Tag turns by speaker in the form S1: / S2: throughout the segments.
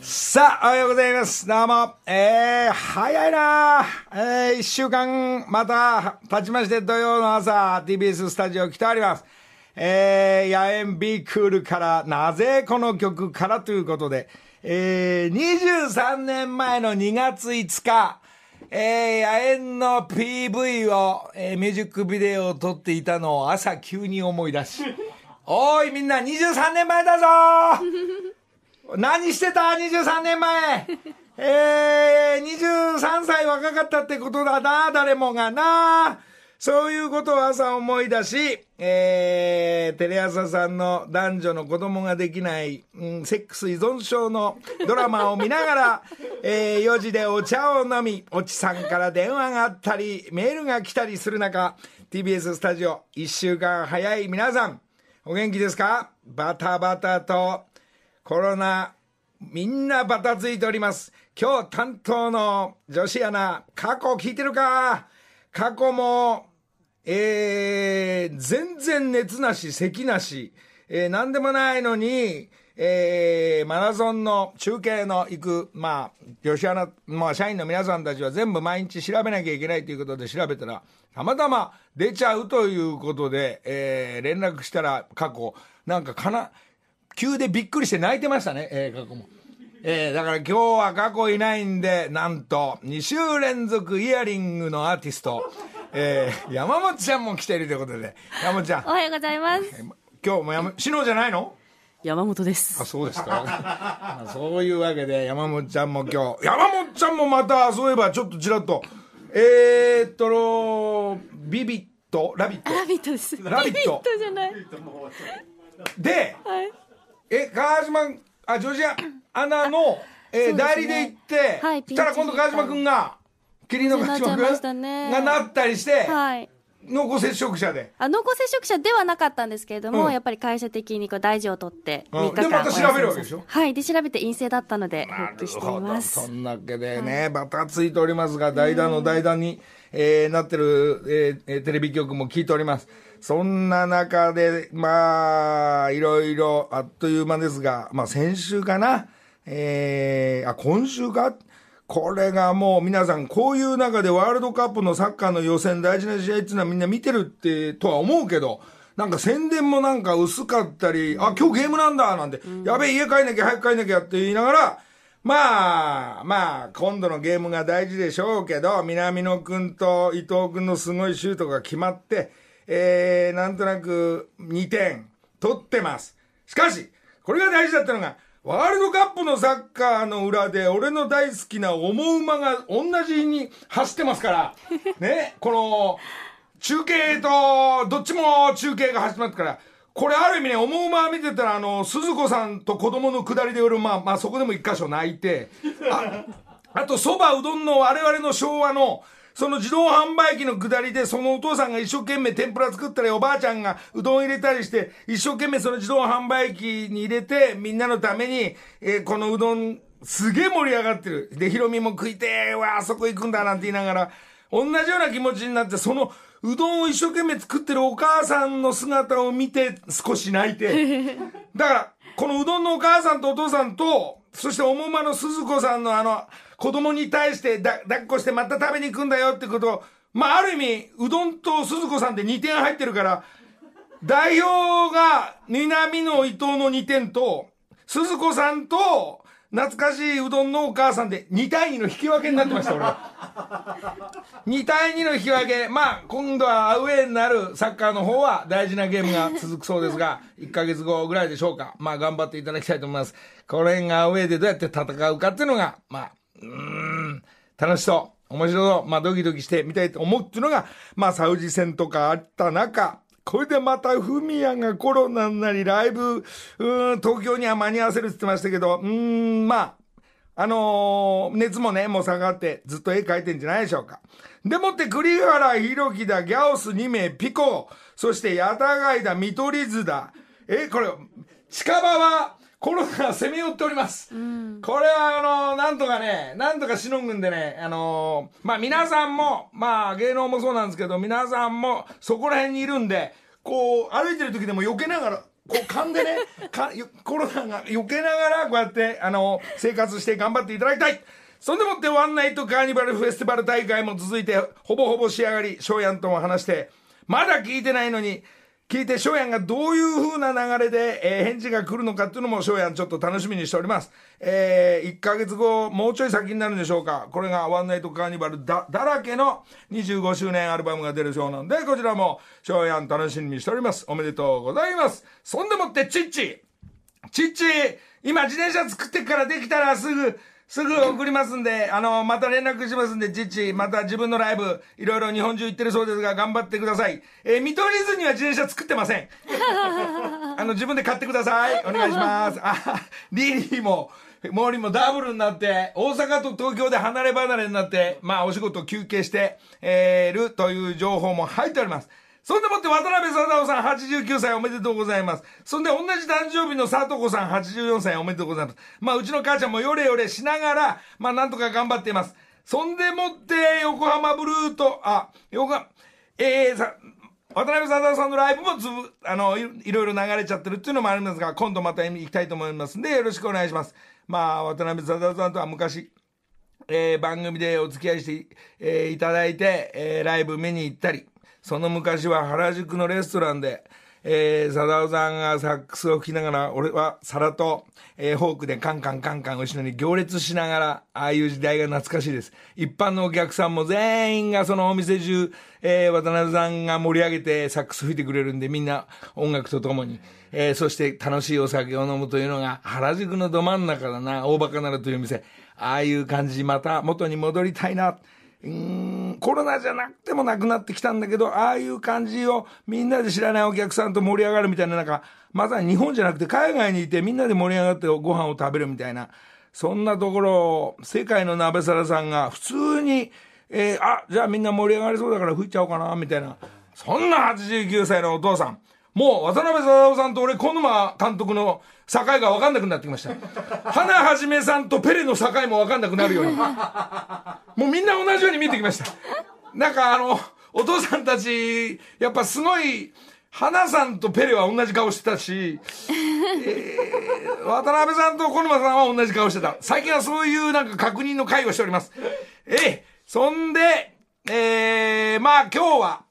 S1: さあ、おはようございます。どうも。えー、早いなえー、一週間、また、経ちまして土曜の朝、TBS スタジオ来ております。えー、野縁 B クールから、なぜこの曲からということで、えー、23年前の2月5日、えー、野縁の PV を、えー、ミュージックビデオを撮っていたのを朝急に思い出し、 おーいみんな23年前だぞ何してた ?23 年前えー、23歳若かったってことだな、誰もがな。そういうことを朝思い出し、えー、テレ朝さんの男女の子供ができない、うん、セックス依存症のドラマを見ながら、 えー、4時でお茶を飲み、おちさんから電話があったり、メールが来たりする中、TBS スタジオ、1週間早い皆さん、お元気ですかバタバタと、コロナ、みんなバタついております。今日担当の女子アナ、過去聞いてるか過去も、えー、全然熱なし、咳なし、えー、何でもないのに、えー、マラソンの中継の行く、まあ、女子アナ、まあ、社員の皆さんたちは全部毎日調べなきゃいけないということで調べたら、たまたま出ちゃうということで、えー、連絡したら過去、なんかかな、急でびっくりして泣いてましたね、えー、過去も。えー、だから今日は過去いないんで、なんと、2週連続イヤリングのアーティスト、えー、山本ちゃんも来ているということで、山本ちゃん。
S2: おはようございます。
S1: 今日も山、しのじゃないの
S2: 山本です。
S1: あ、そうです か。そういうわけで、山本ちゃんも今日、山本ちゃんもまた、そういえばちょっとちらっと、えー、っと、ビビット、ラビット。
S2: ラビットです。
S1: ラビット。
S2: じゃない。
S1: で、はいえ、川島、あ、ジョージアナの、えー、代理で行って、はい、したら今度川島君が、霧の川島君がなったりして、はい。濃厚接触者で
S2: あ濃厚接触者ではなかったんですけれども、やっぱり会社的にこう大事を取って3日間、
S1: でまた調べるわけでしょ
S2: はいで調べて陰性だったので復帰していま
S1: そ
S2: す
S1: んなわけでね、バタついておりますが代打の代打に、えー、なってる、えー、テレビ局も聞いておりますそんな中でまあいろいろあっという間ですがまあ先週かなえー、あ今週かこれがもう皆さん、こういう中でワールドカップのサッカーの予選大事な試合っていうのはみんな見てるってとは思うけど、なんか宣伝もなんか薄かったり、あ、今日ゲームなんだなんて、やべえ、家帰んなきゃ早く帰んなきゃって言いながら、まあ、まあ、今度のゲームが大事でしょうけど、南野くんと伊藤くんのすごいシュートが決まって、えー、なんとなく2点取ってます。しかし、これが大事だったのが、ワールドカップのサッカーの裏で、俺の大好きな思う馬が同じに走ってますから、ね、この、中継と、どっちも中継が始まってから、これある意味ね、思う馬見てたら、あの、鈴子さんと子供の下りで俺、まあ、まあ、そこでも一箇所泣いて、あ、あと、蕎麦うどんの我々の昭和の、その自動販売機の下りで、そのお父さんが一生懸命天ぷら作ったり、おばあちゃんがうどん入れたりして、一生懸命その自動販売機に入れて、みんなのために、えー、このうどん、すげえ盛り上がってる。で、ひろみも食いてーわあそこ行くんだなんて言いながら、同じような気持ちになって、その、うどんを一生懸命作ってるお母さんの姿を見て、少し泣いて。だから、このうどんのお母さんとお父さんと、そして、おもまの鈴子さんのあの、子供に対してだ、抱っこしてまた食べに行くんだよってことを、まあ、ある意味、うどんと鈴子さんで2点入ってるから、代表が南野伊藤の2点と、鈴子さんと、懐かしいうどんのお母さんで2対2の引き分けになってました、俺は。2対2の引き分け。まあ、今度はアウェーになるサッカーの方は大事なゲームが続くそうですが、1ヶ月後ぐらいでしょうか。まあ、頑張っていただきたいと思います。これがアウェーでどうやって戦うかっていうのが、まあ、うん、楽しそう。面白そう。まあ、ドキドキしてみたいと思うっていうのが、まあ、サウジ戦とかあった中、これでまた、フミヤがコロナになり、ライブ、うん、東京には間に合わせるって言ってましたけど、うん、まあ、あのー、熱もね、もう下がって、ずっと絵描いてんじゃないでしょうか。でもって、栗原、弘樹だ、ギャオス2名、ピコ、そして、ヤタガイだ、見取り図だ。え、これ、近場は、コロナ攻め寄っております。うん、これは、あの、なんとかね、なんとかしのぐんでね、あのー、まあ、皆さんも、まあ、芸能もそうなんですけど、皆さんも、そこら辺にいるんで、こう、歩いてる時でも避けながら、こう勘でね かよコロナが避けながらこうやってあの生活して頑張っていただきたいそんでもってワンナイトカーニバルフェスティバル大会も続いてほぼほぼ仕上がり翔やんとも話してまだ聞いてないのに聞いて翔やんがどういう風な流れで、えー返事が来るのかっていうのも翔やんちょっと楽しみにしておりますえー、1ヶ月後もうちょい先になるんでしょうかこれがワンナイトカーニバルだだらけの25周年アルバムが出るそうなんでこちらも翔やん楽しみにしておりますおめでとうございますそんでもってチッチちっち、今自転車作ってっからできたらすぐ、すぐ送りますんで、あの、また連絡しますんで、ちっち、また自分のライブ、いろいろ日本中行ってるそうですが、頑張ってください。えー見取り図には自転車作ってません。あの、自分で買ってください。お願いします。あ、リリーも、モーリーもダブルになって、大阪と東京で離れ離れになって、まあ、お仕事休憩して、えーるという情報も入っております。そんでもって渡辺貞夫さん89歳おめでとうございます。そんで同じ誕生日の佐藤子さん84歳おめでとうございます。まあうちの母ちゃんもよれよれしながら、まあなんとか頑張っています。そんでもって横浜ブルーと、あ、横浜、えー、さ、渡辺貞夫さんのライブもずぶ、あの、いいろいろ流れちゃってるっていうのもありますが、今度また行きたいと思いますんでよろしくお願いします。まあ渡辺貞夫さんとは昔、えー番組でお付き合いして、えーいただいて、えーライブ見に行ったり、その昔は原宿のレストランで、えー、サダオさんがサックスを吹きながら、俺は皿と、えーフォークでカンカンカンカン後ろに行列しながら、ああいう時代が懐かしいです。一般のお客さんも全員がそのお店中、えー渡辺さんが盛り上げてサックス吹いてくれるんで、みんな音楽とともに、えーそして楽しいお酒を飲むというのが、原宿のど真ん中だな、大バカならという店。ああいう感じ、また元に戻りたいな。うーんコロナじゃなくてもなくなってきたんだけど、ああいう感じをみんなで知らないお客さんと盛り上がるみたいな、なんか、まさに日本じゃなくて海外にいてみんなで盛り上がってご飯を食べるみたいな、そんなところを世界の鍋皿さんが普通に、えーあ、じゃあみんな盛り上がりそうだから吹いちゃおうかな、みたいな。そんな89歳のお父さん。もう渡辺貞夫さんと俺、小沼監督の境が分かんなくなってきました。花はじめさんとペレの境も分かんなくなるように。もうみんな同じように見えてきました。なんかあの、お父さんたち、やっぱすごい、花さんとペレは同じ顔してたし、えー渡辺さんと小沼さんは同じ顔してた。最近はそういうなんか確認の会をしております。ええそんで、えー、まあ今日は、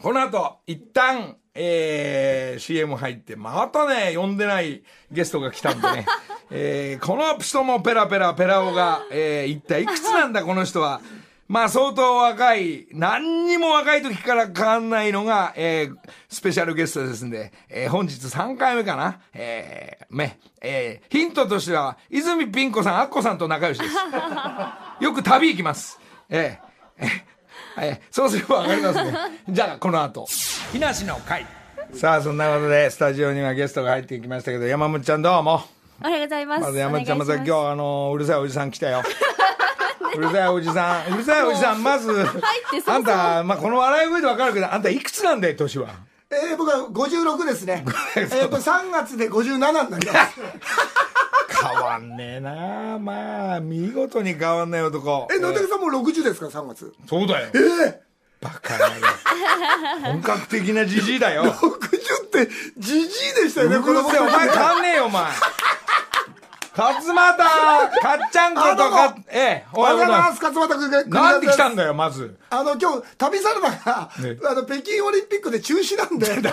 S1: この後、一旦、えー、CM 入って、またね、呼んでないゲストが来たんでね。えー、この人もペラペラペラオが、えー、一体いくつなんだ、この人は。まあ、相当若い、何にも若い時から変わんないのが、えー、スペシャルゲストですんで、えー、本日3回目かな。えー、め、えー、ヒントとしては、泉ピン子さん、アッコさんと仲良しです。よく旅行きます。ええええええそうすればわかりますね。 じゃあ、この後。
S3: 木梨の会
S1: さあ、そんなことで、スタジオにはゲストが入ってきましたけど、山本ちゃんどうも。
S2: おはようございます。
S1: まず山本ちゃん、まさ
S2: お願
S1: 今
S2: いし
S1: 日、あの、うるさいおじさん来た よ。うるさいおじさん、うるさいおじさん、まず、
S2: ってそもそも
S1: あんた、まあ、この笑い声でわかるけど、あんたいくつなんだよ、年は。
S4: えー、僕は56です ね。えー、これ3月で57になります。
S1: 変わんねえなまあ、見事に変わんない男。
S4: え、野竹さんもう60ですか、3月。
S1: そうだよ。
S4: えー、
S1: バカ だよ。本格的なじじいだ よ。
S4: 60って、じじいでしたよね、
S1: う
S4: こ
S1: る
S4: の
S1: せえ、お前変わんねえよ、お前。勝俣、かっちゃんこと
S4: あどうも
S1: か、ええ、
S4: おはようござい
S1: おはよ
S4: ます、勝俣君が。
S1: なんで来たん
S4: だ
S1: だよ、まず。
S4: あの、今日、旅サラダが、
S1: ね
S4: あの、北京オリンピックで中止 なんで、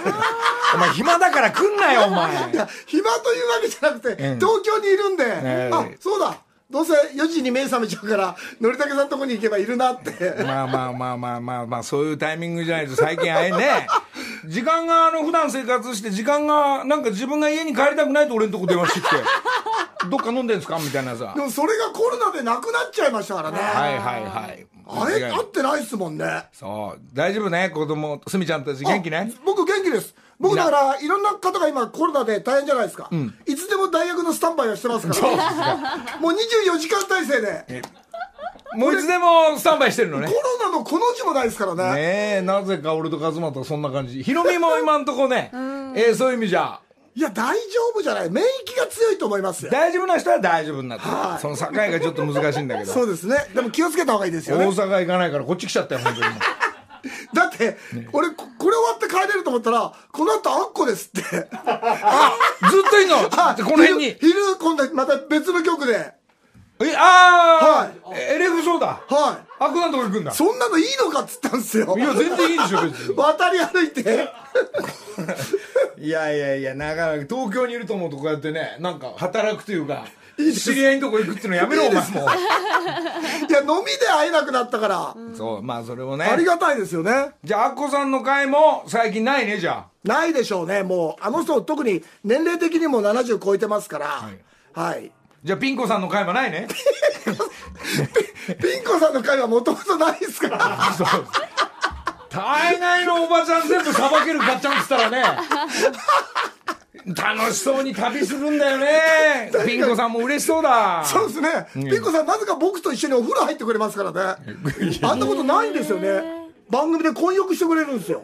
S1: お前暇だから来んなよ、お前
S4: い。や、暇というわけじゃなくて、
S1: うん
S4: 東京にいるんで、
S1: え
S4: あ、そうだ、どうせ4時に目覚めちゃうから、野竹さんのとこに行けばいるな って。
S1: まあまあまあまあまあまあ、そういうタイミングじゃないと最近あえね。 時間が、あの、普段生活して、時間が、なんか自分が家に帰りたくないと俺のとこ電話してきて、どっか飲んでんすかみたいなさ
S4: で。もそれがコロナでなくなっちゃいましたからね。
S1: はいはいはい。
S4: あれ、
S1: 間違い
S4: 合ってないっすもんね。
S1: そう。大丈夫ね、子供、すみちゃんたち元気ね
S4: あ僕元気です僕だからいろんな方が今コロナで大変じゃないですか、いつでも大学のスタンバイをしてますからもう24時間体制で
S1: もういつでもスタンバイしてるのね
S4: コ。ロナのこの字もないですからね
S1: ねえ、なぜか俺と勝俣はそんな感じ。ヒロミも今んとこ ね、えーそういう意味じゃ、
S4: いや大丈夫じゃない免疫が強いと思いますよ
S1: 大丈夫な人は大丈夫になってる
S4: はい
S1: その境がちょっと難しいんだけど。
S4: そうですねでも気をつけた方がいいです
S1: 大
S4: よね
S1: 阪行かないからこっち来ちゃったよ、本当に。
S4: だって、俺ここれ終わって帰れると思ったら、この後あんこですって。
S1: あ、ずっといんの
S4: あ
S1: この辺に。
S4: 昼、昼今度また別の局で。はい。
S1: え、あー、エレフそうだ。悪なんとこ行くんだ。
S4: そんなのいいのかっつったんですよ
S1: い。や、全然いいでしょ、 別に。
S4: 渡り歩いて。
S1: いやいやいや、なかなか東京にいると思うとこうやってね、なんか働くというか、知り合いのとこ行くっていうのやめろ、お前も
S4: いや、飲みで会えなくなったから、
S1: う。そう、まあそれを
S4: あり
S1: ね。
S4: がたいですよね。
S1: じゃあ、アッコさんの会も最近ないね、じゃあ。
S4: ないでしょうね、もう。あの人、特に年齢的にも70超えてますから。
S1: い
S4: はい。
S1: じゃあ、ピン子さんの会もないね。
S4: ピン子さんの会はもともとないです から。
S1: そう大概のおばちゃん全部さばけるガッチャンっつったらね。楽しそうに旅するんだよね。ピン子さんも嬉しそうだ。
S4: そうですね。ピン子さん、なぜか僕と一緒にお風呂入ってくれますからね。あんなことないんですよね。番組で混浴してくれるんですよ。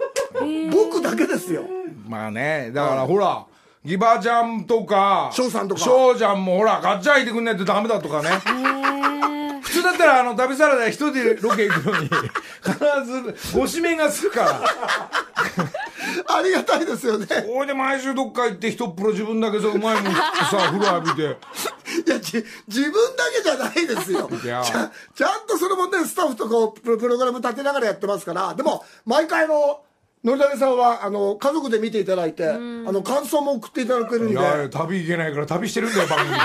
S4: 僕だけですよ。
S1: まあね、だからほら、ギバちゃんとか、
S4: 翔さんとか
S1: 翔ちゃんもほら、ガッチャンいてくんないとダメだとかね。普通だったら、あの、旅サラダ一人でロケ行くのに、必ず、ご指名がつくから。
S4: ありがたいですよね。
S1: これで毎週どっか行って、一っ風呂自分だけさ、うまいもん食ってさ、風呂浴びて。
S4: いや、じ、自分だけじゃないですよ。
S1: い
S4: ち
S1: や
S4: ゃん、ちゃんとそれもね、スタッフとこう、プロプログラム立てながらやってますから、でも、毎回あの、のりたけさんは、あの、家族で見ていただいて、あの、感想も送っていただけるん
S1: い
S4: で、
S1: や、旅行けないから旅してるんだ よ、番組で。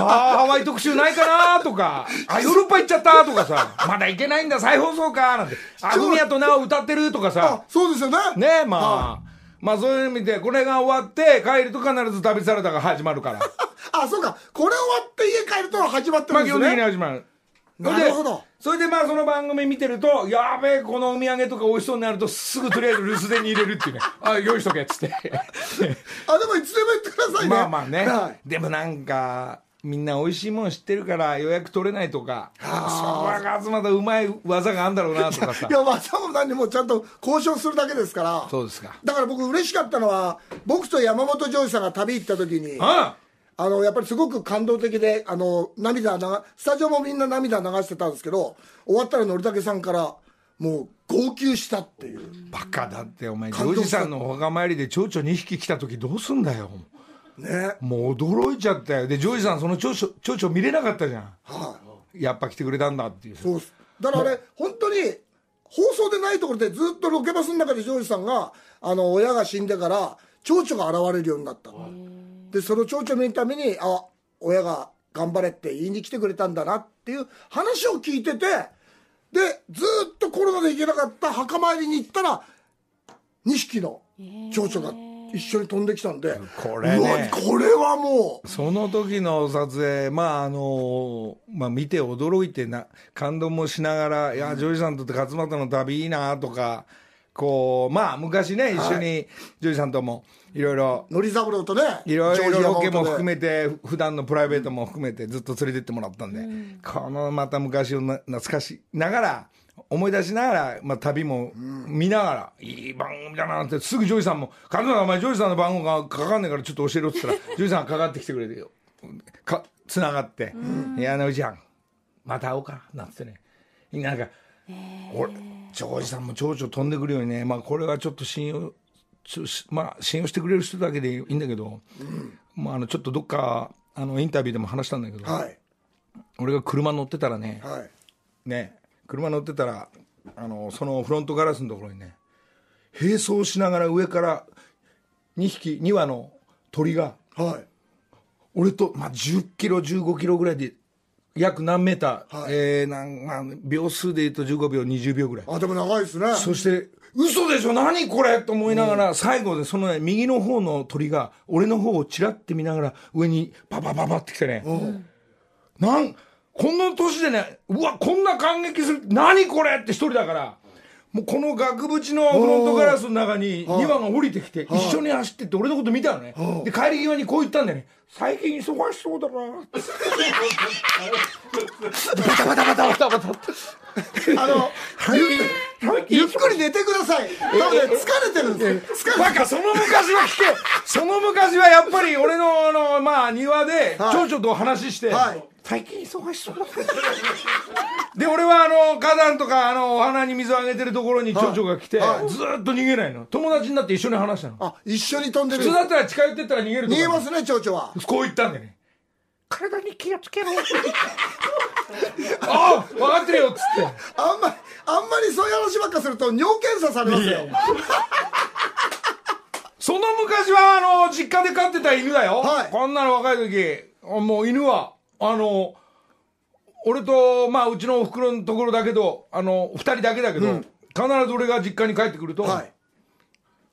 S1: ああ、ハワイ特集ないかなとか、あ、ヨーロッパ行っちゃったとかさ、まだ行けないんだ、再放送かなんて、あ、グミヤとナオ歌ってるとかさ
S4: あ、、そうですよね。
S1: ねえ、まあ、まあそういう意味で、これが終わって、帰ると必ず旅サラダが始まるから。
S4: あ、 そうか。これ終わって家帰ると始まって
S1: まあ
S4: るんで
S1: 基
S4: す
S1: 本的に
S4: ね。
S1: 始まる。
S4: なるほど
S1: それでそれでまあその番組見てると、やべえ、このお土産とか美味しそうになると、すぐとりあえず留守電に入れるっていうね。あ、用意しとけっつって。
S4: あ、でもいつでも言ってくださいね。
S1: まあまあね
S4: はい。
S1: でもなんか、みんな美味しいもん知ってるから予約取れないとか、そばが集まったうまい技があるんだろうなとかさ
S4: い。や、技も何もちゃんと交渉するだけですから。
S1: そうですか。
S4: だから僕嬉しかったのは、僕と山本譲二さんが旅行った時に、
S1: あ
S4: あのやっぱりすごく感動的で、あの涙流スタジオもみんな涙流してたんですけど、終わったらのりたけさんから、もう号泣したっていう、
S1: バカだって、お前、ジ
S4: 感
S1: ョ
S4: 動
S1: ー
S4: した
S1: ジさんのお墓参りで蝶々2匹来た時どうすんだよ。
S4: ね、
S1: もう驚いちゃったよ。で、ジョージさん、その蝶々、蝶々見れなかったじゃん。
S4: は
S1: やっぱ来てくれたんだっていう
S4: い、。そうっすだからあれ、本当に放送でないところで、ずっとロケバスの中でジョージさんが、あの親が死んでから、蝶々が現れるようになった、でその蝶々見るために、あ親が頑張れって言いに来てくれたんだなっていう話を聞いてて、で、ずっとコロナで行けなかった墓参りに行ったら、2匹の蝶々が一緒に飛んできたんで、
S1: これね
S4: うわこれはもう、
S1: その時の撮影、まああの、まあ見て驚いてな、感動もしながら、いや、ジョージさんとって勝俣の旅いいなとか、こう、まあ昔ね、一緒にジョージさんともいろいろ、
S4: ノリ三郎とね、
S1: いろいろロケも含
S4: め
S1: めて、普段のプライベートも含めてずっと連れてってもらったんで、このまた昔をな懐かしながら、思い出しながら、まあ、旅も見ながら、いい番組だなって、すぐジョージさんも、カズマお前ジョージさんの番号がかかんねえからちょっと教えろ って言ったら、ジョージさんがかかってきてくれてよ。か、つながって、いや、のりちゃん、また会おうか、なんつってね。なんか、俺、ジョージさんも蝶々飛んでくるようにね、まあこれはちょっと信用、ちょしまあ信用してくれる人だけでいいんだけど、まああのちょっとどっか、あのインタビューでも話したんだけど、
S4: はい、
S1: 俺が車乗ってたらね、
S4: はい。
S1: ね、車乗ってたら、あの、そのフロントガラスのところにね、並走しながら上から2匹、2羽の鳥が、
S4: はい
S1: 俺と、まあ、10キロ、15キロぐらいで、約何メーター、
S4: はい
S1: えーなんまあ、秒数で言うと15秒、20秒ぐらい。
S4: あでも長いですね
S1: そして、嘘でしょ何これと思いながら、最後でそのね、右の方の鳥が、俺の方をチラって見ながら、上にパパパパってきてね、なん、この年でね、うわ、こんな感激する、何これって一人だから、もうこの額縁のフロントガラスの中に2番が降りてきて、一緒に走ってって俺のこと見たのね。で、帰り際にこう言ったんだよね。最近忙しそうだなって。バタバタバタバタバタって。
S4: あの
S1: 最近
S4: ゆっくり寝てください多分ね疲れてるんです疲れ
S1: バカその昔は聞け その昔はやっぱり俺のあのまあ庭で
S4: はい
S1: 蝶々と話して、
S4: はい
S1: 最近忙しそうだで俺はあの花壇とかあのお花に水をあげてるところに蝶々が来て、
S4: はい
S1: ずーっと逃げないの友達になって一緒に話したの
S4: あ一緒に飛んでる
S1: 普通だったら近寄ってったら逃げると
S4: 逃
S1: か
S4: げますね蝶々は
S1: こう言ったんだよね体に気をつけろ ああ分かってるよっつって
S4: あんまりあんまりそういう話ばっかすると尿検査されますよ
S1: その昔は、あの、実家で飼ってた犬だよ。
S4: はい
S1: こんなの若い時、あもう犬は、あの、俺と、まあ、うちのお袋のところだけど、あの、二人だけだけど、必ず俺が実家に帰ってくると、
S4: はい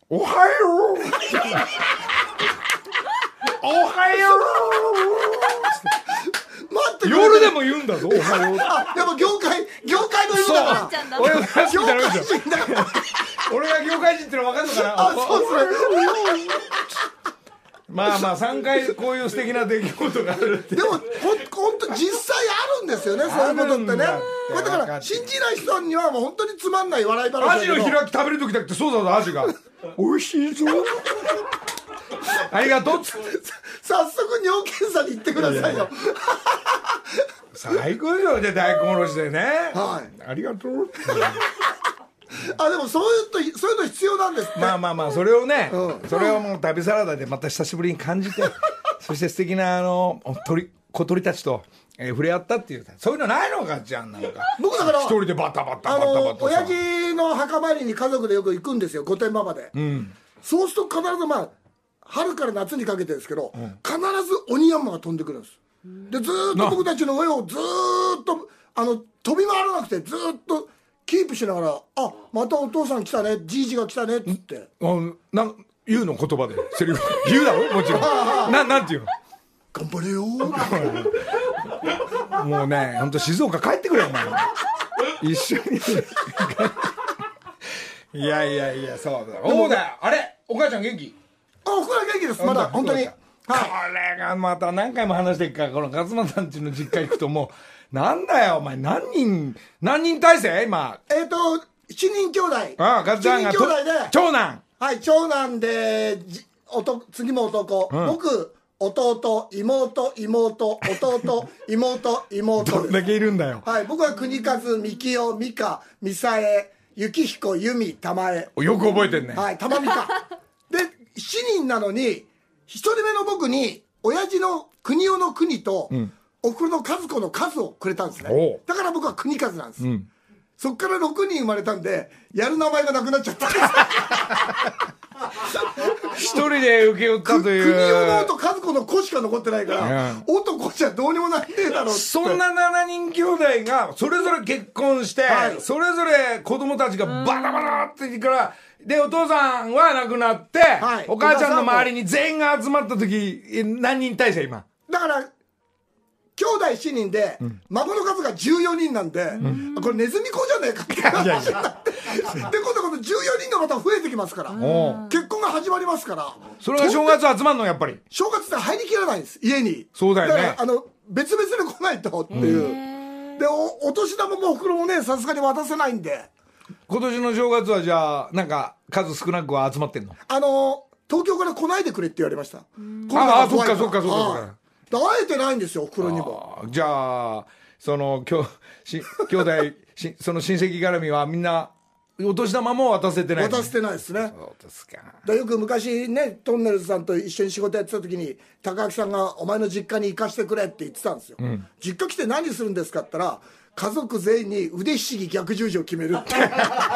S1: おはようおはよ
S4: 待っ
S1: う
S4: てくれてる
S1: 夜でも言うんだ ぞ、おはよう。
S4: あでも業界業界の犬だか
S2: ちゃんだ
S1: 俺が業界
S4: ら業
S1: 人ってのは
S4: 界人 だから
S1: 俺が業界人ってのは分かんのかな
S4: あそうですね
S1: まあまあ、3回こういう素敵な出来事があるって
S4: で。もほん本当実際あるんですよねそういうこ
S1: あ
S4: とって
S1: るん
S4: ね
S1: だって
S4: これだから信じない人にはもう本当につまんない笑い話
S1: ア
S4: だ
S1: ジ
S4: け
S1: の
S4: ど
S1: 開き食べる時だってそうだぞアジが美味しいぞ ありがとうっつって
S4: 早速尿検査に行ってくださいよ
S1: 最高よで大根おろしでね
S4: はい
S1: ありがとうって
S4: あでもそういうとそういうの必要なんですって
S1: まあまあまあそれをね、
S4: う
S1: それをもう旅サラダでまた久しぶりに感じ てそして素敵なあの鳥小鳥たちと、えー触れ合ったっていうそういうのないのかちゃんなんか
S4: 僕だから
S1: 一人でバタバタ
S4: あ
S1: バタ
S4: の
S1: バタ
S4: 親
S1: さ
S4: 父の墓参りに家族でよく行くんですよ御殿場まで、そうすると必ずまあ春から夏にかけてですけど、必ず鬼山が飛んでくるんですでずーっと僕たちの上をずーっとあの飛び回らなくてずーっとキープしながら「あまたお父さん来たねじいじが来たね」っつって
S1: うんなん言うの言葉でセリフ言うだろもちろん ななんていうの
S4: 「頑張れよ」
S1: もうね、本当静岡帰ってくれ、お前。一緒 に。いやいやいや、そうだ。そうだよ。あれお母ちゃん元気
S4: あおふくら元気ですまだ本当に
S1: よかったこれがまた何回も話してるから、この勝間さんちの実家行くともう、 なんだよ、お前、何人、何人体制今。
S4: えっ、と7人兄弟
S1: ああ、
S4: 7
S1: 勝ちゃん
S4: 人
S1: が
S4: 兄
S1: と、
S4: 弟で
S1: 長男。
S4: はい、長男で、じ男次も男、僕、弟、妹、妹、弟、妹、
S1: ど
S4: 妹
S1: ん
S4: で
S1: だけいるんだよ
S4: す。。はい、僕は国和、三木代、美香、美沙恵、幸彦、由美、玉江。
S1: よく覚えてんね。
S4: はい、玉 美香。で、7人なのに、1人目の僕に、親父の国夫の国と、おふくろの和子の数をくれたんです
S1: お
S4: ね
S1: う。
S4: だから僕は国和なんです。
S1: ん
S4: そっから6人生まれたんで、やる名前がなくなっちゃった。
S1: 一人で請け負ったとい
S4: 国をの
S1: う。
S4: と和子の子しか残ってないか
S1: う
S4: ら
S1: ん、
S4: 男じゃどうにもなんねえだろうって
S1: そんな7人兄弟がそれぞれ結婚して、
S4: はい
S1: それぞれ子供たちがバタバタって言ってから、で、お父さんは亡くなって、
S4: はい
S1: お母ちゃんの周りに全員が集まった時、え何人体制今。
S4: だから、兄弟7人で、孫の数が14人なんで、これネズミ子じゃねえかって話になって、で、今度この14人がまた増えてきますから、
S1: おう
S4: 結婚が始まりますから、
S1: それが正月集まんの、やっぱり。
S4: 正月って入りきらないんです、家に。
S1: そうだよね
S4: から、あの、別々で来ないとっていう。で、おお年玉もお袋もね、さすがに渡せないんで、
S1: 今年の正月はじゃあ、なんか数少なくは集まってんの。
S4: あの東京から来ないでくれって言われました。コロナ
S1: あ
S4: が
S1: あ、そ
S4: 怖
S1: っ
S4: いら
S1: かそっかそっかそっ
S4: はい
S1: か。
S4: だから会えてないんですよ、お袋にも。
S1: あーじゃあ、その、きょ し兄弟し、その親戚絡みはみんな、お年玉も渡せてない。
S4: 渡してないですね。だか
S1: そうですか。
S4: らよく昔ね、トンネルズさんと一緒に仕事やってた時に、高木さんがお前の実家に行かしてくれって言ってたんですよ。実家来て何するんですかって言ったら、家族全員に腕ひしぎ逆十字を決めるって。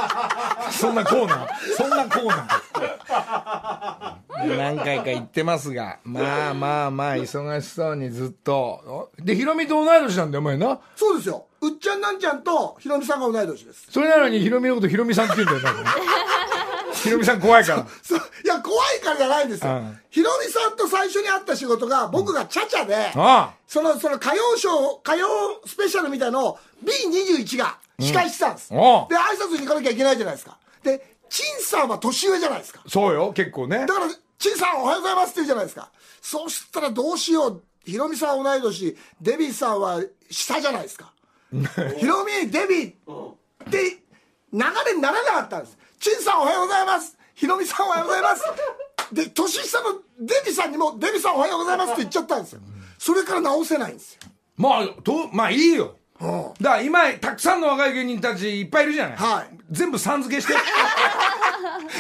S1: そんなコーナーそんなコーナー何回か言ってますが、まあまあまあ、忙しそうにずっと。で、ヒロミと同い年なんだよ、お前な。
S4: そうですよ。うっちゃんなんちゃんとひろみさんが同い年です。
S1: それなのにヒロミのことヒロミさんって言うんだよ、 なんかねヒロミさん怖いから。
S4: そういや、怖いからじゃないんです
S1: う
S4: よ
S1: ん。
S4: ひろみさんと最初に会った仕事が、僕がチャチャで、
S1: あ
S4: その、その歌謡ショー、歌謡スペシャルみたいのを B21 が司会してたんです。
S1: おう
S4: で、挨拶に行かなきゃいけないじゃないですか。で、陳さんは年上じゃないですか。
S1: あ、そうよ、結構ね
S4: だ。から、陳さんおはようございますって言うじゃないですか。そうしたらどうしよう。ヒロミさんは同い年、デビーさんは下じゃないですか。ヒロミ、デビーって流れにならなかったんです。陳さんおはようございます。ヒロミさんおはようございます。で、年下のデビーさんにも、デビーさんおはようございますって言っちゃったんですよ。それから直せないんですよ。
S1: まあ、と、まあいいよ。
S4: うん
S1: だから今、たくさんの若い芸人たちいっぱいいるじゃない。
S4: はい
S1: 全部さん付 けして。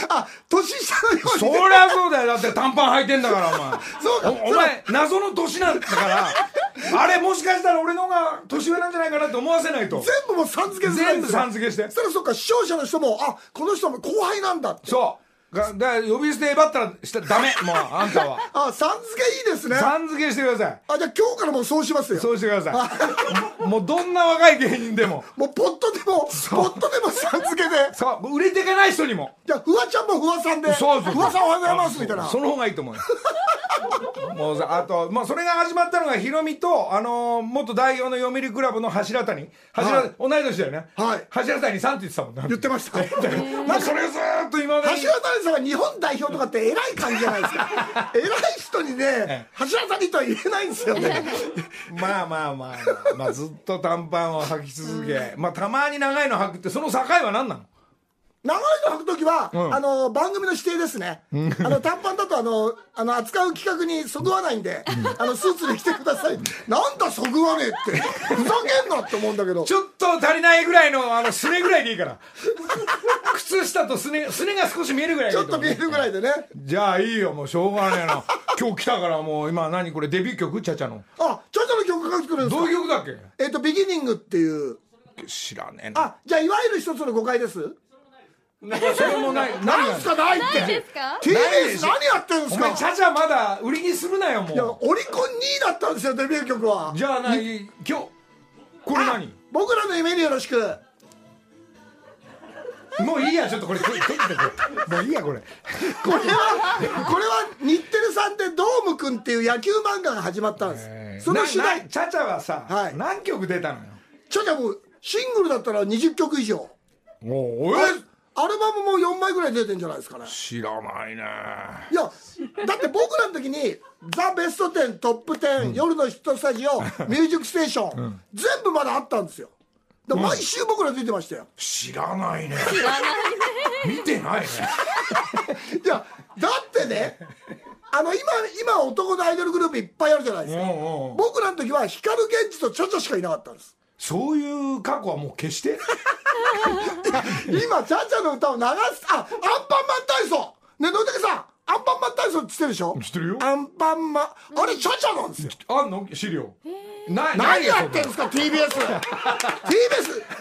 S4: あ年下のよう
S1: そ
S4: に
S1: り
S4: ね
S1: ゃそうだよ。だって短パン履いてんだから、
S4: そうか
S1: お前。おお前、謎の年なんだ から、あれもしかしたら俺の方が年上なんじゃないかなって思わせないと。
S4: 全部もうさん付けする
S1: 全部さん付けして
S4: そしたらそっか視聴者の人もあこの人も後輩なんだって
S1: そう。がだから呼び捨てばったらしたダメ。もう、あんた は。
S4: あさん付けいいですねあ
S1: さん付けしてください。
S4: じゃあ今日からもうそうしますよ
S1: そうしてください。もうどんな若い芸人でも。
S4: もうポットでもポットでもさん付けで
S1: そう、売れていかない人にも。
S4: じゃあフワちゃんもフワさんで
S1: そうそうそう
S4: フワさんおはようございますみたいな
S1: その方がいいと思うよもうさあと、まあ、それが始まったのがヒロミと、あのー元代表の読売クラブの柱谷柱、
S4: はい
S1: 同い年だよね、
S4: はい
S1: 柱谷さんって言ってたもんな
S4: 言って ました
S1: なんかそれをずーっと今までに
S4: 柱谷さんが日本代表とかって偉い感じじゃないで すか偉い人にね柱谷とは言えないんですよね
S1: まあまあまあ、まあ、ずっと短パンを履き続け、まあ、たまに長いの履くってその境は何なの
S4: 長いの履くときは、
S1: ん
S4: あの番組の指定ですね、あの短パンだとあのあの扱う企画にそぐわないんで、あのスーツで着てください、なんだそぐわねえって、ふざけんなって思うんだけど、
S1: ちょっと足りないぐらいのあのすねぐらいでいいから靴下とすねすねが少し見えるぐらい
S4: ち
S1: でい
S4: ょ
S1: い
S4: っ
S1: と思
S4: と
S1: う
S4: 見えるぐらいでね、
S1: じゃあいいよもうしょうがねえな 今日来たからもう今何これデビュー曲ちゃちゃの
S4: あちょいちょいの曲書いてくれるんです
S1: ど
S4: か
S1: ういう曲だっけ
S4: えっ、と、ビギニングっていう、
S1: 知らねえな
S4: あじゃあ、いわゆる一つの誤解です、
S1: それもない
S4: な
S1: 何
S4: んすか、ないって、
S2: ですか
S4: TBS 何やってん
S1: お
S4: す
S1: 前
S4: か
S1: ち、ゃちゃまだ売りにするなよも
S4: いや
S1: う
S4: オリコン2位だったんですよ、デビュー曲は。
S1: じゃあ何今日これ何
S4: 僕らの夢によろしく
S1: もういいやちょっとこれと取ってこれもういい やこれ
S4: これは、これは日テレさんでドームくんっていう野球漫画が始まったんです。その主
S1: なな
S4: 題、
S1: ちゃちゃはさ、
S4: はい
S1: 何曲出たのよ
S4: ちょちゃもうシングルだったら20曲以上。
S1: お
S4: あれアルバムも4枚ぐらい出てんじゃないですかね。
S1: 知らないね
S4: いや、だって僕らの時に、ザ・ベスト10、トップ10、夜のヒットスタジオ、ミュージックステーション、全部まだあったんですよ。で毎週僕ら出てましたよ。
S1: 知らないね知らないね見て ないね
S4: いや、だってね、あの、今、今男のアイドルグループいっぱいあるじゃないですか。
S1: うんうん
S4: 僕らの時は光源氏とちょちょしかいなかったんです。
S1: そういう過去はもう消 して
S4: 今チャチャの歌を流すあアンパンマン体操ね野竹さんアンパンマン体操って知ってるでしょ
S1: 知ってるよ
S4: アンパンマンあれチャチャなんですよ
S1: あんの資料ないない
S4: 何
S1: よ
S4: やってんですか TBSTBS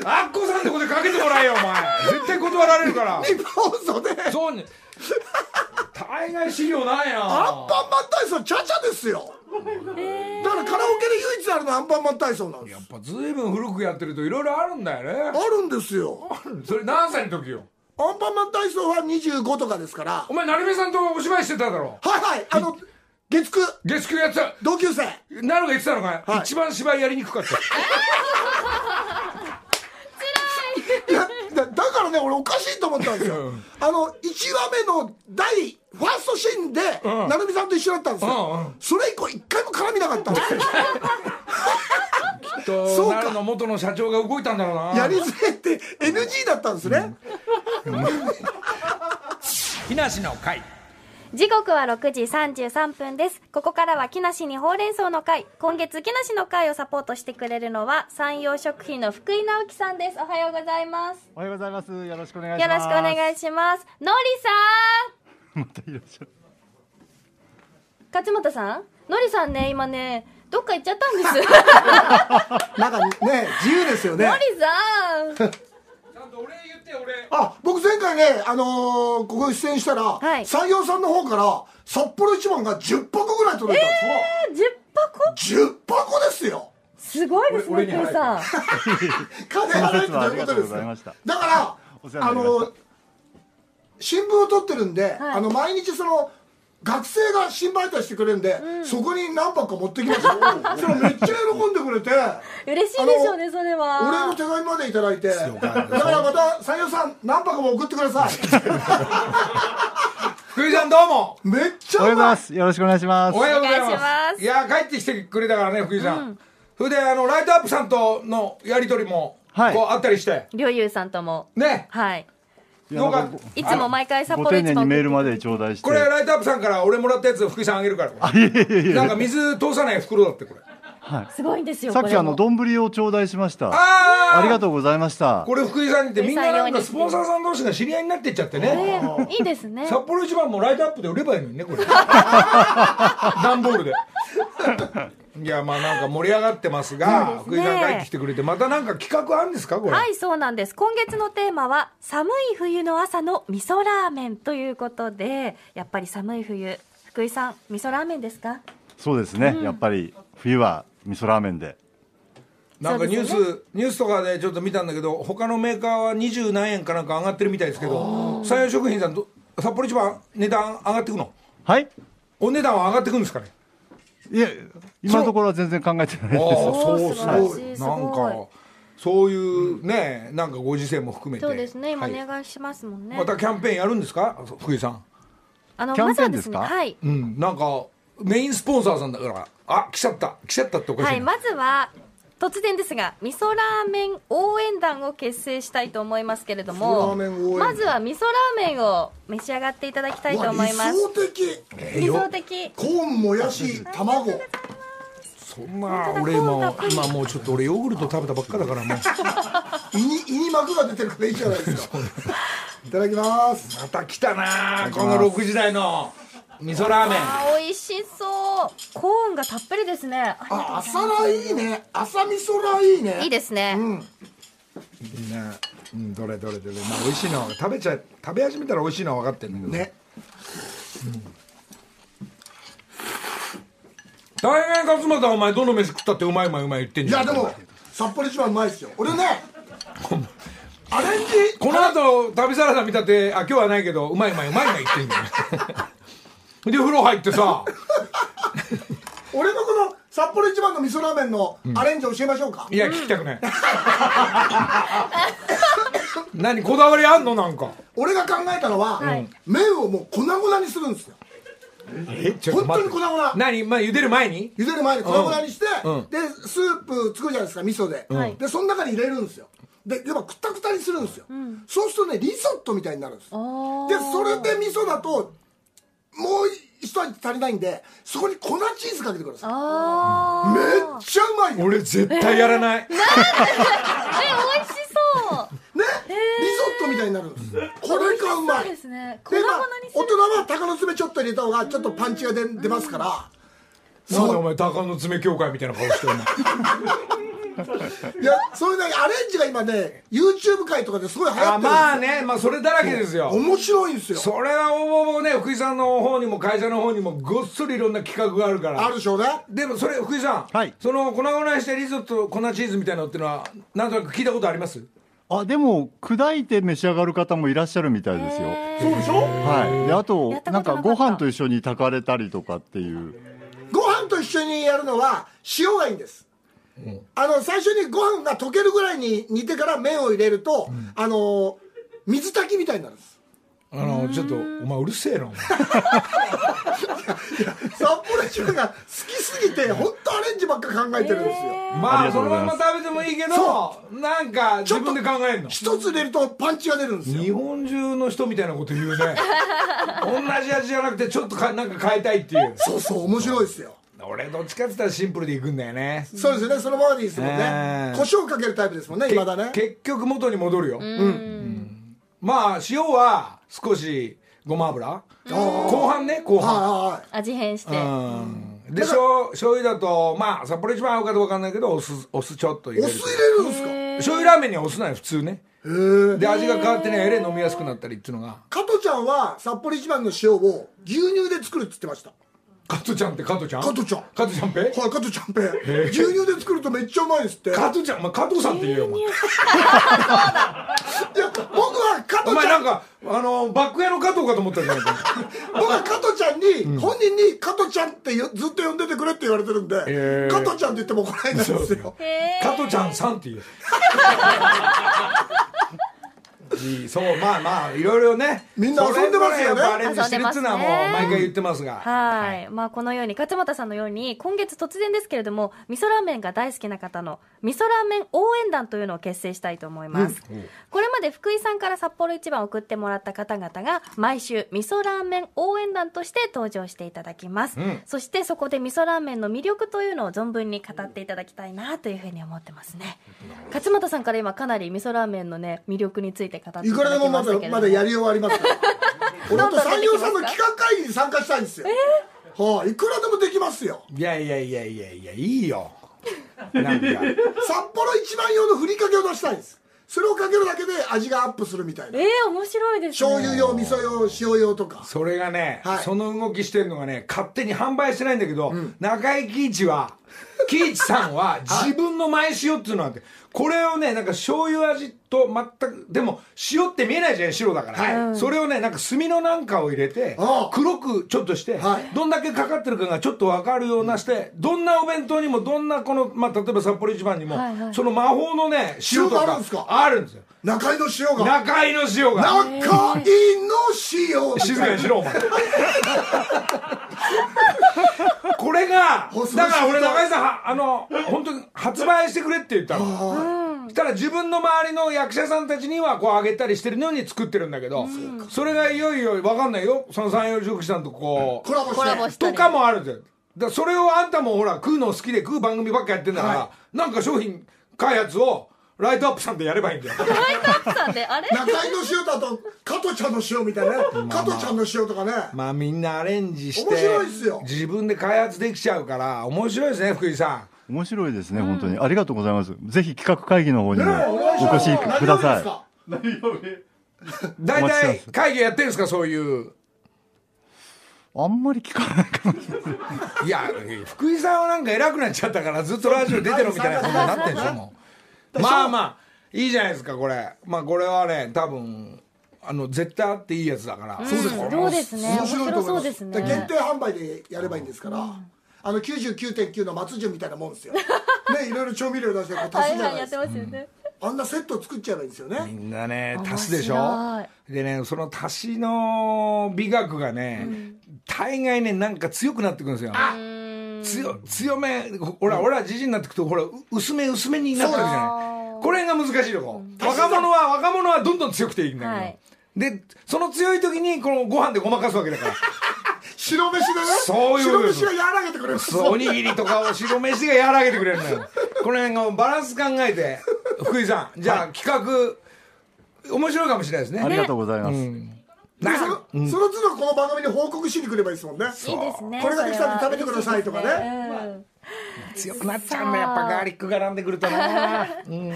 S1: アッコさんってことでかけてもらえよお前絶対断られるから
S4: 日本放送でアン
S1: そうね大概資料ないな
S4: パンマン体操チャチャですよだからカラオケで唯一あるのはアンパンマン体操なんです
S1: やっぱ随分古くやってるといろいろあるんだよ
S4: あ
S1: ね
S4: るんですよ
S1: それ何歳の時よ
S4: アンパンマン体操は25とかですからは
S1: お前成美さんとお芝居してただろ
S4: いはいあの月9
S1: 月9やってた
S4: 同級生
S1: なるが言ってたのか、
S4: はい
S1: 一番芝居やりにくか った
S4: いやだだからね俺おかしいと思ったんですよ
S1: うん
S4: あの1話目の第ファーストシーンで、
S1: うん
S4: 成美さんと一緒だったんですよ、
S1: うんうん
S4: それ以降一回も絡みなかったんですよ
S1: と
S4: そうか
S1: なるの元の社長が動いたんだろうな
S4: やりづれえって NG だったんですね、
S1: 木梨の会
S2: 時刻は6時33分です。ここからは木梨にほうれん草の会。今月木梨の会をサポートしてくれるのは、山陽食品の福井直樹さんです。おはようございます。
S3: おはようございます。よろしくお願
S2: よ
S3: いし
S2: ろ
S3: ま
S2: し
S3: す。
S2: くお願いします。のりさ
S3: またいらっしゃ
S2: ん
S3: る。
S2: 勝俣さんのりさんね、今ね、どっか行っちゃったんです。のり
S4: なんかね自由ですよね
S2: さん
S1: ちゃんと俺言って俺
S4: あ僕前回ね、あのーここに出演したら、
S2: い
S4: 山陽さんの方から札幌一番が10箱ぐらい取れたん
S2: !10
S4: で
S2: 箱
S4: すよ、10箱ですよ
S2: すごいですね、
S1: 俺俺に
S2: 福井さん。
S4: 金払えって
S3: その説は
S4: どういうことです
S3: ありがとうございました
S4: だか
S3: お世
S4: ら
S3: 話
S4: あ
S3: になりました
S4: の新聞を取ってるんで、あの毎日その学生が新媒体してくれるんで、そこに何箱か持ってきましたそれめっちゃ喜んでくれて
S2: 嬉しいでしょうね、それは。
S4: 俺の手紙までいただいてだからまた山陽さん何箱も送ってください
S1: 福井さんどうも
S4: めっち
S3: おは
S4: ゃ
S3: よ
S4: う
S3: うござい
S4: ま
S3: ま
S4: い
S3: す。よろしくお願いします。
S1: おはようございます
S2: お願いします
S1: いや帰ってきてくれたからね福井さん、それであのライトアップさんとのやり取りも、
S3: はい
S1: こうあったりして
S2: りょうゆうさんとも。
S1: ね
S2: はい。
S3: いやなんか
S1: どうか
S2: いつも毎回札
S3: ご
S2: 幌
S3: 丁
S2: 一
S3: 寧
S2: 番
S3: にメールまで頂戴して。
S1: これライトアップさんから俺もらったやつを福井さんあげるからなんか水通さない袋だってこれ
S3: はい。
S5: すごいんですよ。
S3: さっ
S5: こ
S3: き
S5: れ
S3: あ
S5: も
S3: の丼を頂戴しました。あ
S1: ああ
S3: りがとうございました。
S1: これ福井さんってみんななんか
S2: 福井さん用に
S1: スポンサーさん同士が知り合いになってっちゃって
S2: え
S1: ね
S2: ーいいですね。
S1: 札幌一番もライトアップで売ればいいのにねこ れ段ボールでいやまあなんか盛り上がってますが
S2: そう
S1: 福
S2: で
S1: 井
S2: すね
S1: さん帰ってきてくれてまたなんか企画あるんですかこれ、
S2: はい、そうなんです。今月のテーマは、寒い冬の朝の味噌ラーメンということで、やっぱり寒い冬、福井さん、味噌ラーメンですか
S3: そうですね。やっぱり冬は味噌ラーメンで。
S1: なんかニュース、
S2: そう
S1: ニュースとかでちょっと見たんだけど他のメーカーは二十何円かなんか上がってるみたいですけど三洋食品さんど札幌一番値段上がってくの
S3: はい。
S1: お値段は上がってくんですかね
S3: いえ、今のところは全然考えてないです。
S2: おー
S1: そう
S2: 素晴らし
S1: すご
S2: い
S1: い
S2: すご
S1: ないんかそういうね、なんかご時世も含めて
S2: そうですね、今お
S1: はい
S2: 願いしますもんね。
S1: またキャンペーンやるんですか福井さん
S2: あの、
S3: キャ
S2: ま
S3: ン
S2: ず
S3: ペー
S2: は
S3: ン
S2: で
S3: ですす
S2: ね、
S3: か
S2: はい。
S1: うんなんかメインスポンサーさんだからあ来ちゃった来ちゃったっておかしい
S2: は
S1: な、
S2: い、まずは、突然ですが、味噌ラーメン応援団を結成したいと思いますけれども、
S4: 味噌ラーメン応援団
S2: まずは味噌ラーメンを召し上がっていただきたいと
S4: わ
S2: 思い
S4: 理
S2: ま
S4: 想
S2: す。
S4: 的
S2: 理想的。
S4: コーンもやし卵
S1: そんな俺今今もうちょっと俺ヨーグルト食べたばっかだからも う
S4: 胃に胃に膜が出てるからいいじゃないですかいただきます
S1: また来たなこの6時台の味噌ラーメン
S2: あー、美味しそう。コーンがたっぷりですね。あ
S4: あ朝ラいいね朝味噌ラいいね
S2: いいですね。
S1: みんな、うん、どれどれどれ、まあ、美味しいのは食べちゃ食べ始めたら美味しいのは分かってるんだけど
S4: ね
S1: 大変勝俣お前どの飯食ったってうまいうまいうまい言ってん
S4: い
S1: じゃん
S4: やでも札幌一番うまいですよ俺ねアレンジ
S1: この後旅サラダ見たってあ今日はないけどうまいうまいうまいが言ってんじ ゃんで風呂入ってさ
S4: 俺のこの札幌一番の味噌ラーメンのアレンジ教えましょうか、
S1: いや聞きたくない何こだわりあんのなんか
S4: 俺が考えたのは、麺をもう粉々にするんですよ
S1: えち
S4: 本当に粉々
S1: 何、まあ、茹でる前に
S4: 茹でる前に粉々にして、
S1: うんうん
S4: でスープ作るじゃないですか味噌で、
S2: はい
S4: でその中に入れるんですよでやっぱくたくたにするんですよ、そうするとねリゾットみたいになるんですで
S2: おー
S4: それで味噌だともう一味足りないんでそこに粉チーズかけてください
S2: あー
S4: めっちゃうまいよね
S1: 俺絶対やらない、
S2: え、美味しそう。
S4: リゾットみたいになるんですこれがうまい
S2: そう
S4: で
S2: ですね。粉
S4: まあ
S2: 々にす
S4: 大
S2: る。
S4: 人は鷹の爪ちょっと入れた方がちょっとパンチが出出ますから
S1: なんだお前鷹の爪協会みたいな顔してお前
S4: いやそういうねアレンジが今ね YouTube 界とかですごい流行
S1: あ
S4: ってる
S1: まあ
S4: んですよ
S1: ねまあそれだらけですよ
S4: 面白いんですよ
S1: それはもうね福井さんの方にも会社の方にもごっそりいろんな企画があるから
S4: あるでしょうね
S1: でもそれ福井さん、
S3: はい
S1: その粉々にしてリゾット粉チーズみたいなのってのはなんとなく聞いたことあります
S3: あ、でも砕いて召し上がる方もいらっしゃるみたいですよ。
S4: そうでしょ
S3: はい。で、あ
S2: やっ
S3: と
S2: たこと
S3: な
S2: なんかった
S3: かご飯と一緒に炊かれたりとかっていう。
S4: ご飯と一緒にやるのは塩がいいんです、あの最初にご飯が溶けるぐらいに煮てから麺を入れると、あの水炊きみたいになるんです
S1: あのちょっとお前うるせえなお前
S4: 札幌一番が好きすぎて本当アレンジばっか考えてるんですよ、
S1: ま
S3: あ
S1: あ
S3: りがと
S1: そうの
S3: ござ
S1: ま
S3: い
S1: ま
S3: ます
S1: 食べてもいいけど
S4: そ
S1: なんか自分で考えるの
S4: 一つ入れるとパンチが出るんです
S1: 日
S4: よ
S1: 本中の人みたいなこと言うね同じ味じゃなくてちょっとかなんか変えたいっていう
S4: そうそう面白いですよ
S1: 俺どっちかって言ったらシンプルでいくんだよね
S4: そうですよねそのままでいいですもんね、
S1: えー
S4: 胡椒かけるタイプですもんね今だね
S1: 結局元に戻るよ、うんまあ塩は少しごま油後半ね後半
S4: は
S2: 味変して。
S1: うんで醤醤油だとまあ札幌一番合うかどうかわかんないけどお酢お酢ちょっと入
S4: いはい
S1: れ
S4: お
S1: る
S4: 酢入れるんですか
S1: 醤油ラーメンにはお酢ない普通ね
S4: へえ
S1: で味が変わってねえれい飲みやすくなったりっていうのが
S4: 加トちゃんは札幌一番の塩を牛乳で作るって言ってました
S1: 加トちゃんって加トちゃん
S4: 加トちゃん
S1: 加トちゃんぺ
S4: はい、加藤ちゃんぺ牛乳で作るとめっちゃうまいですって。いや、
S1: 加トちゃんお前加藤さんって言えよお前
S4: 僕は加
S1: お
S4: 藤
S1: 前
S4: ち
S1: な
S4: ゃ
S1: ん
S4: ん、
S1: かあのバック屋の加藤かと思ったじゃないか
S4: 僕は加藤ちゃんに、本人に加藤ちゃんってよずっと呼んでてくれって言われてるんで、
S1: へー
S4: 加藤ちゃんって言っても怒られないんですよ。
S2: へー
S1: 加トちゃんさんって言え いいそうまあまあいろいろね
S4: みんな遊んでます
S1: それぞれや
S4: よね
S1: っぱアレンジしてるっつうのはもう
S2: 遊んでますね
S1: 毎回言ってますが
S2: はい、まあこのように勝俣さんのように今月突然ですけれども味噌ラーメンが大好きな方の味噌ラーメン応援団というのを結成したいと思います、これまで福井さんから札幌一番送ってもらった方々が毎週味噌ラーメン応援団として登場していただきます、
S1: うん
S2: そしてそこで味噌ラーメンの魅力というのを存分に語っていただきたいなというふうに思ってますね勝俣さんから今かなり味噌ラーメンのね魅力について語ってい
S4: い
S2: た
S4: くらで
S2: だ
S4: も
S2: き
S4: ま
S2: ましたけれど
S4: だまだやりようはありますから 俺と山陽さんの企画会議に参加したいんですよ、はい、いくらでもできますよ
S1: いやいやいやいやいやいいよなんか
S4: 札幌一番用のふりかけを出したいんですそれをかけるだけで味がアップするみたい
S2: え
S4: な
S2: ー、面白いですね
S4: 醤油用味噌用塩用とか
S1: それがね、
S4: はい
S1: その動きしてるのがね勝手に販売してないんだけど、中井貴一は貴一さん は自分の前塩っていうのはあってこれをねなんか醤油味と全くでも塩って見えないじゃん白だから、それをねなんか炭のなんかを入れて
S4: ああ
S1: 黒くちょっとして、
S4: はい
S1: どんだけかかってるかがちょっと分かるようなして、どんなお弁当にもどんなこの、まあ、例えば札幌一番にも、
S2: はいはい
S1: その魔法のね塩と
S4: 塩がある
S1: か
S4: んですか
S1: あるんですよ
S4: 中井の塩が
S1: 中井の塩が
S4: 中井の塩
S1: 静かにしろお前これが
S4: ほそう
S1: だから
S4: そ
S1: 俺
S4: う
S1: 中井さんはあの本当に発売してくれって言ったの
S4: あ
S1: そしたら自分の周りの役者さんたちにはこうあげたりしてるのに作ってるんだけどそれがいよいよ分かんないよその三洋食師さんとこ
S4: ーコラボして
S2: コラボし
S1: う
S2: た
S1: と
S2: り
S1: かもあるじゃんだからそれをあんたもほら食うの好きで食う番組ばっかやってんだから、
S4: は
S1: なんか商品開発をライトアップさんでやればいいんだよ
S2: ライトアップさんであれ
S4: 中井の塩だと加トちゃんの塩みたいなね加トちゃんの塩とかね
S1: まあみんなアレンジして
S4: 面白いっすよ
S1: 自分で開発できちゃうから面白いですね福井さん
S3: 面白いですね、本当に。ありがとうございます。ぜひ企画会議の方にも
S4: ね願い
S3: お
S4: ます
S3: 越しくだ
S4: 何曜日で
S3: さ
S4: すか
S1: 大
S3: お待ちして
S1: 体
S3: ます
S1: 会議やってるんですかそういう
S3: い。あんまり聞かないかもしれない。
S1: いや福井さんはなんか偉くなっちゃったからずっとラジオ出てろみたいなことになってるんでしょもうまあまあいいじゃないですかこれまあこれはね多分あの絶対あっていいやつだから、そうです
S2: うんそうですね面白そうです
S4: だから限
S2: ね
S4: 定販売でやればいいんですから、あの99.9の松潤みたいなも んですよねいろいろ調味料出してこう足
S2: は
S4: す
S2: い
S4: じゃ
S2: は
S4: ないい
S2: や
S4: で
S2: ってま
S4: すか
S2: すよね
S4: あんなセット作っちゃえばいいんですよね、
S1: みんなね足すでしょ
S2: 面白
S1: でねその足しの美学がね、大概ねなんか強くなってくるんですよ強強めほら、俺らじじになってくとほらう薄め薄めになってくるじゃないこれが難しいとこ若者は若者はどんどん強くていいんだけど、
S2: はい
S1: でその強い時にこのご飯でごまかすわけだ から
S4: 白飯でね
S1: そういうこと
S4: 白飯が和らげてくれる
S1: そうおにぎりとかお白飯が和らげてくれるのよこの辺がバランス考えて福井さんじゃあ、企画面白いかもしれないですね
S3: ありがとうございます。
S1: な
S4: その,、その都度この番組に報告しに来ればいいですもんね
S2: いいですね
S4: これができたんで食べてくださいとかね
S2: それはうん
S1: 強くなっちゃうんだやっぱガーリックが絡んでくると な
S2: という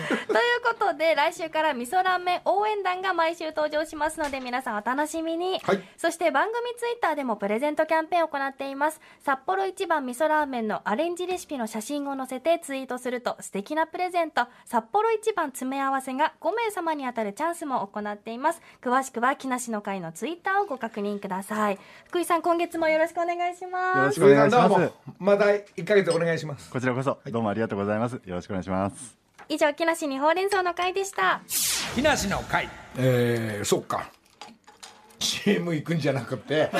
S2: ことで来週から味噌ラーメン応援団が毎週登場しますので皆さんお楽しみに、
S1: はい
S2: そして番組ツイッターでもプレゼントキャンペーンを行っています札幌一番味噌ラーメンのアレンジレシピの写真を載せてツイートすると素敵なプレゼント札幌一番詰め合わせが5名様に当たるチャンスも行っています詳しくは木梨の会のツイッターをご確認ください福井さん今月もよろしくお願いします
S3: よろしく
S1: 福井さんどう
S3: お願い
S1: も
S3: し
S1: また1ヶ月お願いします
S3: こちらこそ、どうもありがとうございます。よろしくお願いします。
S2: 以上木梨にほうれん草の会でした
S1: 木梨の会えー、そっか CM 行くんじゃなくて、え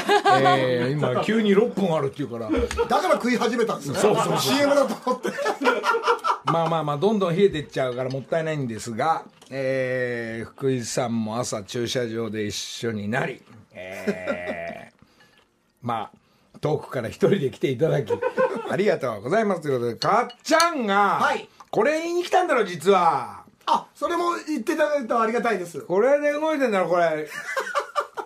S1: ー、今急に6分あるっていうから
S4: だから食い始めたんですよね
S1: そうそうそう
S4: CM だと思って
S1: まあまあまあどんどん冷えてっちゃうからもったいないんですが、えー、福井さんも朝駐車場で一緒になり、えー、まあ遠くから一人で来ていただきありがとうございますということでかっちゃんが、
S4: はい
S1: これ言いに来たんだろ実は
S4: あそれも言っていただけるとありがたいです
S1: これで動いてんだろこれ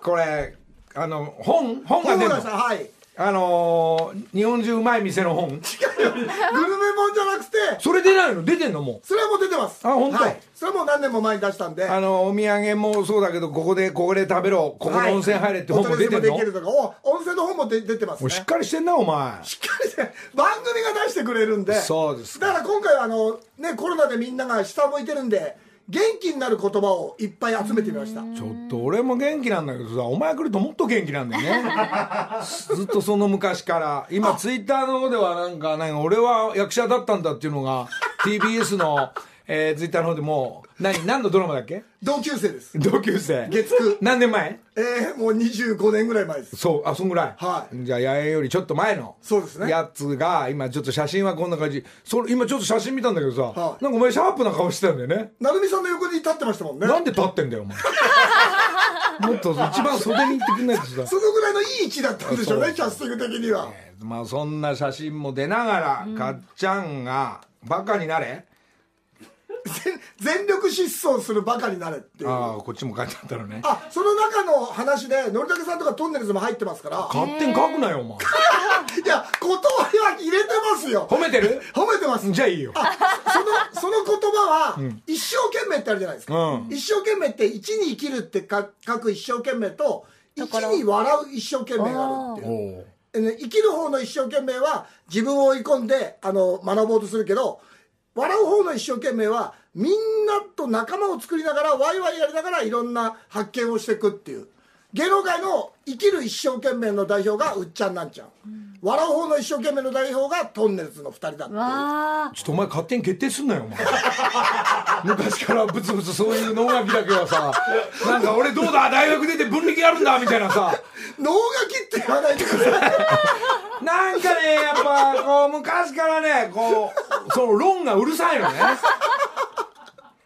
S1: これあの本本が
S4: 本
S1: 出
S4: 郷
S1: る
S4: 田さん
S1: の
S4: はいグ
S1: あのー日本中うまい店の本
S4: ルメ本じゃなくて
S1: それ出ないの出てんのもう
S4: それはもう出てます
S1: あ本当
S4: はい、それはもう何年も前に出したんで
S1: あのお土産もそうだけどここでここで食べろここの温泉入れって本も出てん
S4: る
S1: の、
S4: できるとかお温泉の本も出出てます
S1: お
S4: ね
S1: しっかりしてんなお前
S4: しっかりね番組が出してくれるんで
S1: そうです
S4: だから今回はあの、ね、コロナでみんなが下向いてるんで元気になる言葉をいっぱい集めてみました
S1: ちょっと俺も元気なんだけどさお前来るともっと元気なんだよね ずっとその昔から今ツイッターの方ではなんかなんか俺は役者だったんだっていうのが TBS のえー、ツイッターの方でもう、何、何のドラマだっけ
S4: 同級生です
S1: 同級生。
S4: 月9
S1: 何年前
S4: えー、もう25年ぐらい前です
S1: そう、あ、そんぐらい。
S4: はい
S1: じゃあ、八重よりちょっと前の。
S4: そうですね
S1: やつが、今ちょっと写真はこんな感じ。それ、今ちょっと写真見たんだけどさ、
S4: はい
S1: なんかお前シャープな顔してたんだよね。
S4: 成美さんの横に立ってましたもんね
S1: なんで立ってんだよ、 お前。もっと一番袖に行ってくんないとさ。
S4: そのぐらいのいい位置だったんでしょう
S1: そ
S4: ね
S1: う
S4: キャスティング的には
S1: まあそんな写真も出ながら、かっちゃんがバカになれ
S4: 全全力疾走するバカになれっていう
S1: ああこっちも書いてあったのね
S4: あその中の話でのりたけさんとかトンネルズも入ってますから
S1: 勝手に書くなよお前
S4: いや断りは入れてますよ
S1: 褒めてる
S4: 褒めてます
S1: じゃあいいよ
S4: あそのその言葉は、一生懸命ってあるじゃないですか、
S1: うん
S4: 一生懸命って一に生きるってか書く一生懸命と一に笑う一生懸命があるっていう
S1: おう
S4: えね生きる方の一生懸命は自分を追い込んであの学ぼうとするけど笑う方の一生懸命はみんなと仲間を作りながらワイワイやりながらいろんな発見をしていくっていう芸能界の生きる一生懸命の代表がうっちゃんなんちゃん、笑う方の一生懸命の代表がトンネルズの2人だっていう
S2: わあ
S1: ちょっとお前勝手に決定すんなよお前 昔からブツブツそういう能書きだけはさなんか俺どうだ大学出て分力やるんだみたいなさ
S4: 脳書きって言わないでください
S1: なんかねやっぱこう昔からねこうその論がうるさいのね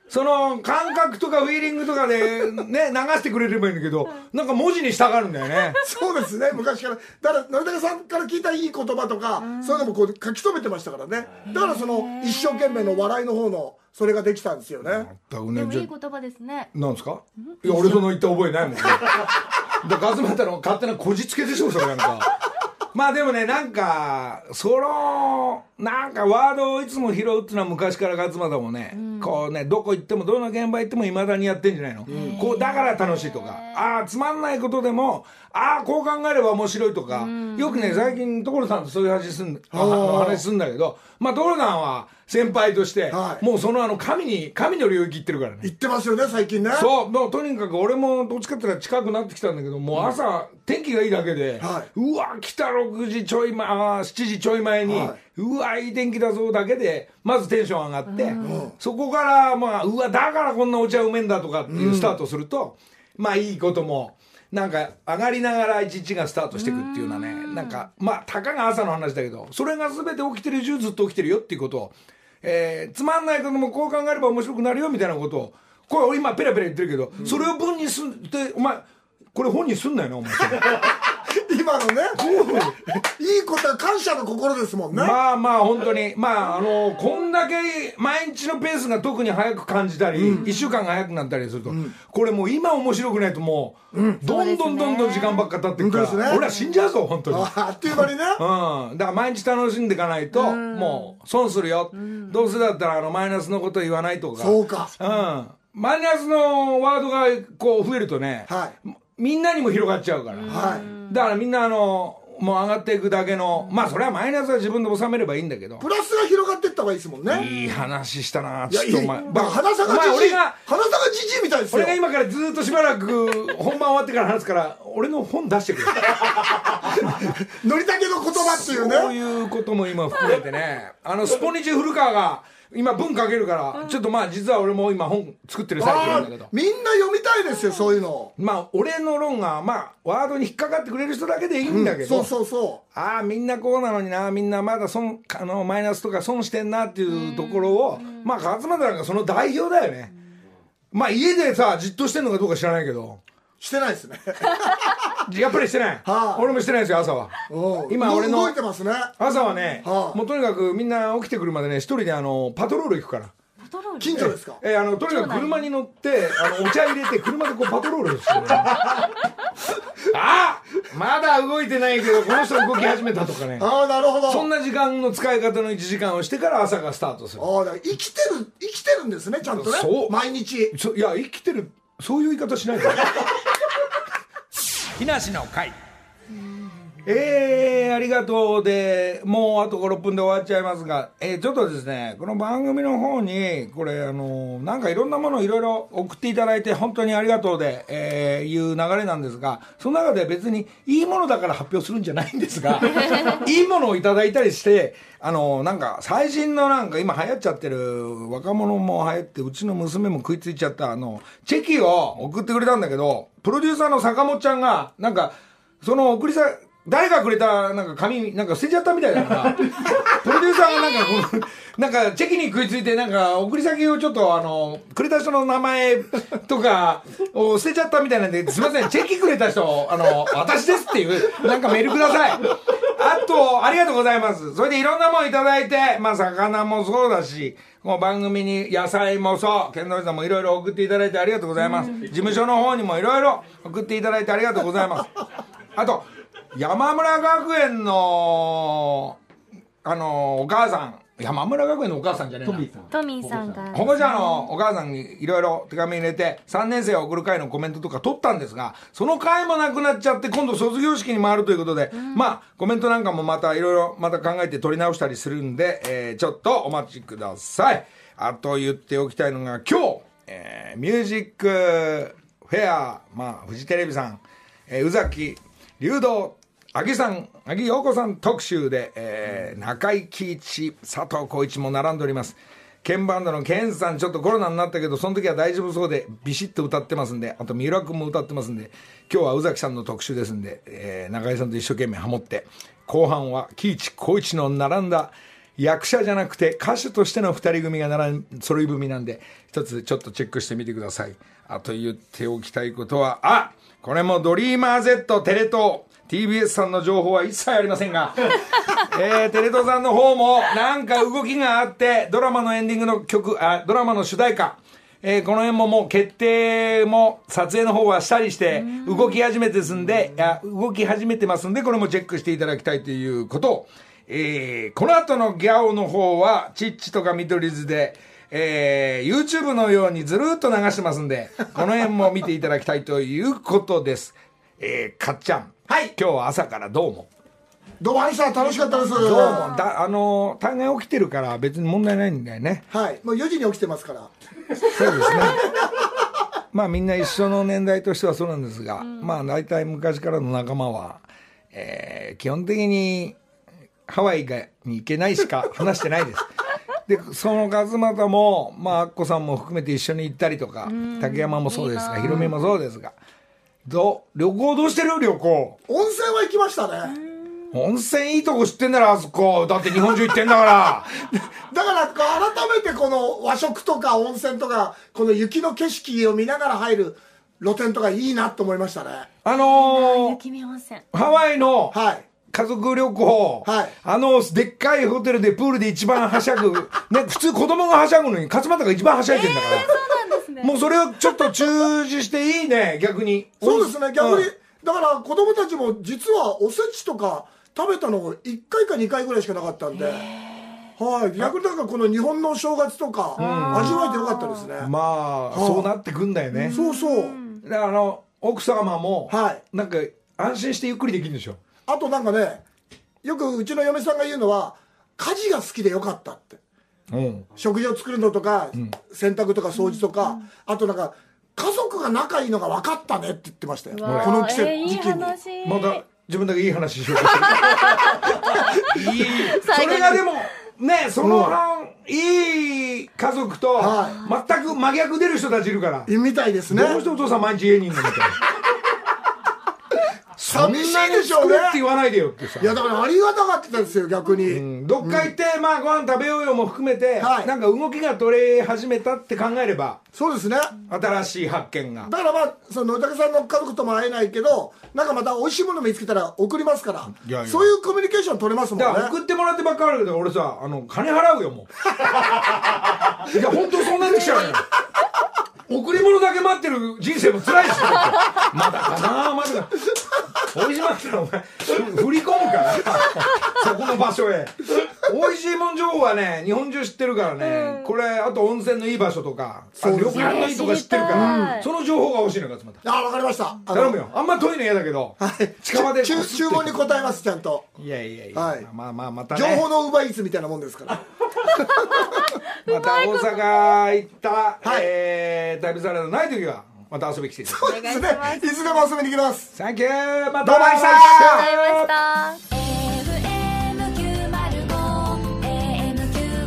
S1: その感覚とかフィーリングとかでね流してくれればいいんだけどなんか文字に従うんだよね
S4: そうですね昔からだからのりたけさんから聞いたいい言葉とか、そういうのもこう書き留めてましたからねだからその一生懸命の笑いの方のそれができたんですよね
S1: 全く
S2: で
S1: ね
S2: も
S1: じゃ
S2: いい言葉ですね
S1: なんですかいや俺その言った覚えないもんね だから勝俣の勝手なこじつけでしょそれなんかまあでもねなんかそのなんかワードをいつも拾うっていうのは昔から勝俣もね、こうねどこ行ってもどの現場行ってもいまだにやってんじゃないの、こうだから楽しいとかああつまんないことでもああこう考えれば面白いとか、よくね最近所さんとそういう話すんあの話すんだけどまあ所さんは先輩として、
S4: はい
S1: もうそのあの神に神の領域行ってるからね
S4: 言ってますよね最近ね
S1: そうもうとにかく俺もどっちかって言ったら近くなってきたんだけどもう朝、天気がいいだけで、
S4: は
S1: うわ来た6時ちょい前あー7時ちょい前に、
S4: は
S1: うわいい天気だぞだけでまずテンション上がって、そこからまあうわだからこんなお茶うめえんだとかっていうスタートすると、まあいいことも。なんか上がりながら一日がスタートしていくっていうのはねなんかまあたかが朝の話だけどそれが全て起きてる中ずっと起きてるよっていうことを、えーつまんないこともこう考えれば面白くなるよみたいなことをこれ俺今ペラペラ言ってるけど、それを文にすんってお前これ本にすんなよなお前
S4: 今のねいいことは感謝の心ですもんね、
S1: まあまあ本当にまああのこんだけ毎日のペースが特に早く感じたり、一1週間が早くなったりすると、これもう今面白くないともう、どんどんどんどん時間ばっか経ってくから、
S4: 本当ですね
S1: 俺は死んじゃうぞ本当に。
S4: ああっという間にね
S1: うん、だから毎日楽しんでいかないと、もう損するよ、どうせだったらあのマイナスのこと言わないとか
S4: そうか
S1: うん、マイナスのワードがこう増えるとね、
S4: はい
S1: みんなにも広がっちゃうから、
S4: はい
S1: だからみんなあのもう上がっていくだけのまあそれはマイナスは自分で収めればいいんだけど
S4: プラスが広がっていった方がいいですもんね
S1: いい話したないちょ
S4: や
S1: っ
S4: いい
S1: とお前
S4: まあ花
S1: お
S4: 坂
S1: 前
S4: じじ
S1: 俺
S4: い
S1: が
S4: 花坂じじいみたいですよ
S1: 俺が今からずっとしばらく本番終わってから話すから俺の本出して くれ
S4: のりたけの言葉っていうね
S1: そういうことも今含めてね、あの、スポニチ古川が、今文書けるから、ちょっとまあ実は俺も今本作ってる最中な
S4: あ
S1: んだけ
S4: あ
S1: ど。
S4: みんな読みたいですよそういうの
S1: まあ俺の論が、まあワードに引っかかってくれる人だけでいいんだけ
S4: そ
S1: ど
S4: う、そうそう
S1: ああ、みんなこうなのにな、みんなまだ損、あの、マイナスとか損してんなっていうところを、まあ勝俣なんかその代表だよね。まあ家でさ、じっとしてんのかどうか知らないけど、
S4: してないで すね。
S1: やっぱりしてない
S4: は。い
S1: 俺もしてないですよ、朝は。今俺の
S4: 動いてますね。
S1: 朝はね、
S4: はい
S1: もうとにかくみんな起きてくるまでね、一人であの、パトロール行くから。
S2: パトロール
S4: 近所ですか。
S1: えーあのとにかく車に乗ってあのお茶入れて車でこうパトロール してるああまだ動いてないけどこの人動き始めたとかね
S4: ああなるほど。
S1: そんな時間の使い方の1時間をしてから朝がスタートする
S4: ああだから生きてる生きてるんですねちゃんとね
S1: そう。
S4: 毎日。
S1: そいや生きてるそういう言い方しないから木梨の会えー、ありがとうで、もうあと5、6分で終わっちゃいますが、えーちょっとですね、この番組の方に、これ、あのーなんかいろんなものをいろいろ送っていただいて、本当にありがとうで、えーいう流れなんですが、その中で別にいいものだから発表するんじゃないんですが、いいものをいただいたりして、あのーなんか最新のなんか今流行っちゃってる、若者も流行って、うちの娘も食いついちゃった、あの、チェキを送ってくれたんだけど、プロデューサーの坂本ちゃんが、なんか、その送りさ、誰がくれた、なんか紙、なんか捨てちゃったみたいだから、プロデューサーがなんかこう、なんかチェキに食いついて、なんか送り先をちょっとあの、くれた人の名前とかを捨てちゃったみたいなんで、すいません、チェキくれた人、あの、私ですっていう、なんかメールください。あと、ありがとうございます。それでいろんなもんいただいて、まあ、魚もそうだし、この番組に野菜もそう、健三さんもいろいろ送っていただいてありがとうございます。事務所の方にもいろいろ送っていただいてありがとうございます。あと、山村学園の、あの、お母さん、山村学園のお母さんじゃねえな。
S2: トミーさんが
S1: 保護者のお母さんにいろいろ手紙入れて、3年生を送る会のコメントとか取ったんですが、その会もなくなっちゃって、今度卒業式に回るということで、まあ、コメントなんかもまたいろいろまた考えて取り直したりするんで、えーちょっとお待ちください。あと言っておきたいのが、今日、えーミュージックフェア、まあ、フジテレビさん、えー宇崎竜道阿木さん阿木陽子さん特集で、えー中井貴一佐藤浩一も並んでおります鍵盤ドの健さんちょっとコロナになったけどその時は大丈夫そうでビシッと歌ってますんであと三浦君も歌ってますんで今日は宇崎さんの特集ですんで、えー中井さんと一生懸命ハモって後半は貴一浩一の並んだ役者じゃなくて歌手としての2人組が並ん揃い踏みなんで一つちょっとチェックしてみてくださいあと言っておきたいことはあこれも「ドリーマー z テレ東」TBS さんの情報は一切ありませんが、えー、テレ東さんの方もなんか動きがあってドラマのエンディングの曲あドラマの主題歌えーこの辺ももう決定も撮影の方はしたりして動き始めてすんでいや動き始めてますんでこれもチェックしていただきたいということを、えーこの後のギャオの方はチッチとか見取り図で、えー YouTube のようにずるっと流してますんでこの辺も見ていただきたいということです、えーかっちゃん、はい、今日は朝からどうも。
S4: どうも兄さん楽しかったです
S1: どうもだあのー大概起きてるから別に問題ないんだよね
S4: はいもう4時に起きてますから
S1: そうですね。まあみんな一緒の年代としてはそうなんですが、まあ大体昔からの仲間は、えー基本的にハワイがに行けないし か話してないです。で、その勝俣も、まあアッコさんも含めて一緒に行ったりとか、竹山もそうですが、ヒロミもそうですが、どう、旅行どうしてる旅行。
S4: 温泉は行きましたね
S1: 温泉いいとこ知ってんならあそこ。だって日本中行ってんだ から。
S4: だからこう改めてこの和食とか温泉とかこの雪の景色を見ながら入る露店とかいいなと思いましたね
S1: あのー
S2: 雪見温泉
S1: ハワイの、
S4: はい
S1: 家族旅行、
S4: はい
S1: あのでっかいホテルでプールで一番はしゃぐ、 ね、普通子供がはしゃぐのに勝俣が一番はしゃいでんだから、
S2: そうなんですね
S1: もうそれをちょっと中止していいね逆に
S4: そうですね逆に、
S1: うん
S4: だから子供たちも実はおせちとか食べたの1回か2回ぐらいしかなかったんで、はい、逆になんかこの日本の正月とか味わえてよかったですね、
S1: まあ、そうなってくんだよね、
S4: そうそう、
S1: だからあの奥様も、
S4: はい
S1: なんか安心してゆっくりできるんでしょ
S4: あとなんかねよくうちの嫁さんが言うのは家事が好きでよかったって
S1: うん
S4: 食事を作るのとか、洗濯とか掃除とか、あとなんか家族が仲いいのが分かったねって言ってましたよこ
S2: わあ
S4: の季節、
S2: えーいい
S4: 時期に
S2: 話
S1: また自分だけいい話しようと してるいいそれがでもねその半、いい家族と、
S4: は
S1: 全く真逆出る人たちいるから
S4: みたいですね
S1: どうしてお父さん毎日家にいるのみたいな
S4: 寂しいでしょ
S1: こ
S4: う
S1: れ
S4: ね
S1: って言わないでよってさ
S4: いやだからありがたかったですよ逆に、
S1: うんどっか行って、まあご飯食べようよも含めて、
S4: はい
S1: なんか動きが取れ始めたって考えれば
S4: そうですね
S1: 新しい発見が
S4: だからまあその野武さんの家族とも会えないけどなんかまた美味しいもの見つけたら送りますから
S1: いやいや
S4: そういうコミュニケーション取れますもん
S1: だ
S4: ね
S1: から送ってもらってばっかりだけど俺さあの金払うよもう いや本当そうなってきちゃうのよ贈り物だけ待ってる人生も辛いしまだかなまだか美味しまったらお前振り込むからそこの場所へ。美味しいもん情報はね、日本中知ってるからね、これ、あと温泉のいい場所とか、あ旅館のいいとか知ってるから、
S2: 知りたい
S1: うんその情報が欲しいのが集まった。
S4: あわかりましたあの
S1: 頼むよ。あんま遠いの嫌だけど、近場で
S4: 注注文に応えますちゃんと
S1: いやいやい
S4: は
S1: や
S4: い、
S1: まあまあ、またね。
S4: 情報の奪いつみたいなもんですから
S1: また大阪行った、
S4: はい
S1: えー、旅サラダない時は、また遊びに来てください。
S2: お願いします。あり
S4: いつでも遊びに来ます
S1: サンキューまた
S4: どうもありがとうございました
S2: がとうございました。
S5: FM905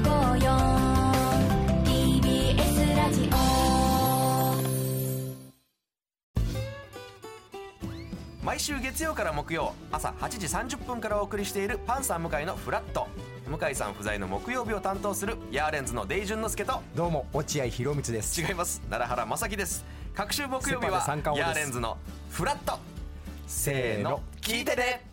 S5: AM954 TBS ラジオ
S6: 毎週月曜から木曜朝8時30分からお送りしているパンサー向井のフラット向井さん不在の木曜日を担当するヤーレンズのデイジュンの之介と
S7: どうも落合博満です
S6: 違います奈良原正樹です各週木曜日は
S7: セパで三冠王
S6: ヤ
S7: で
S6: ー
S7: す
S6: レンズのフラットせーの聞いてね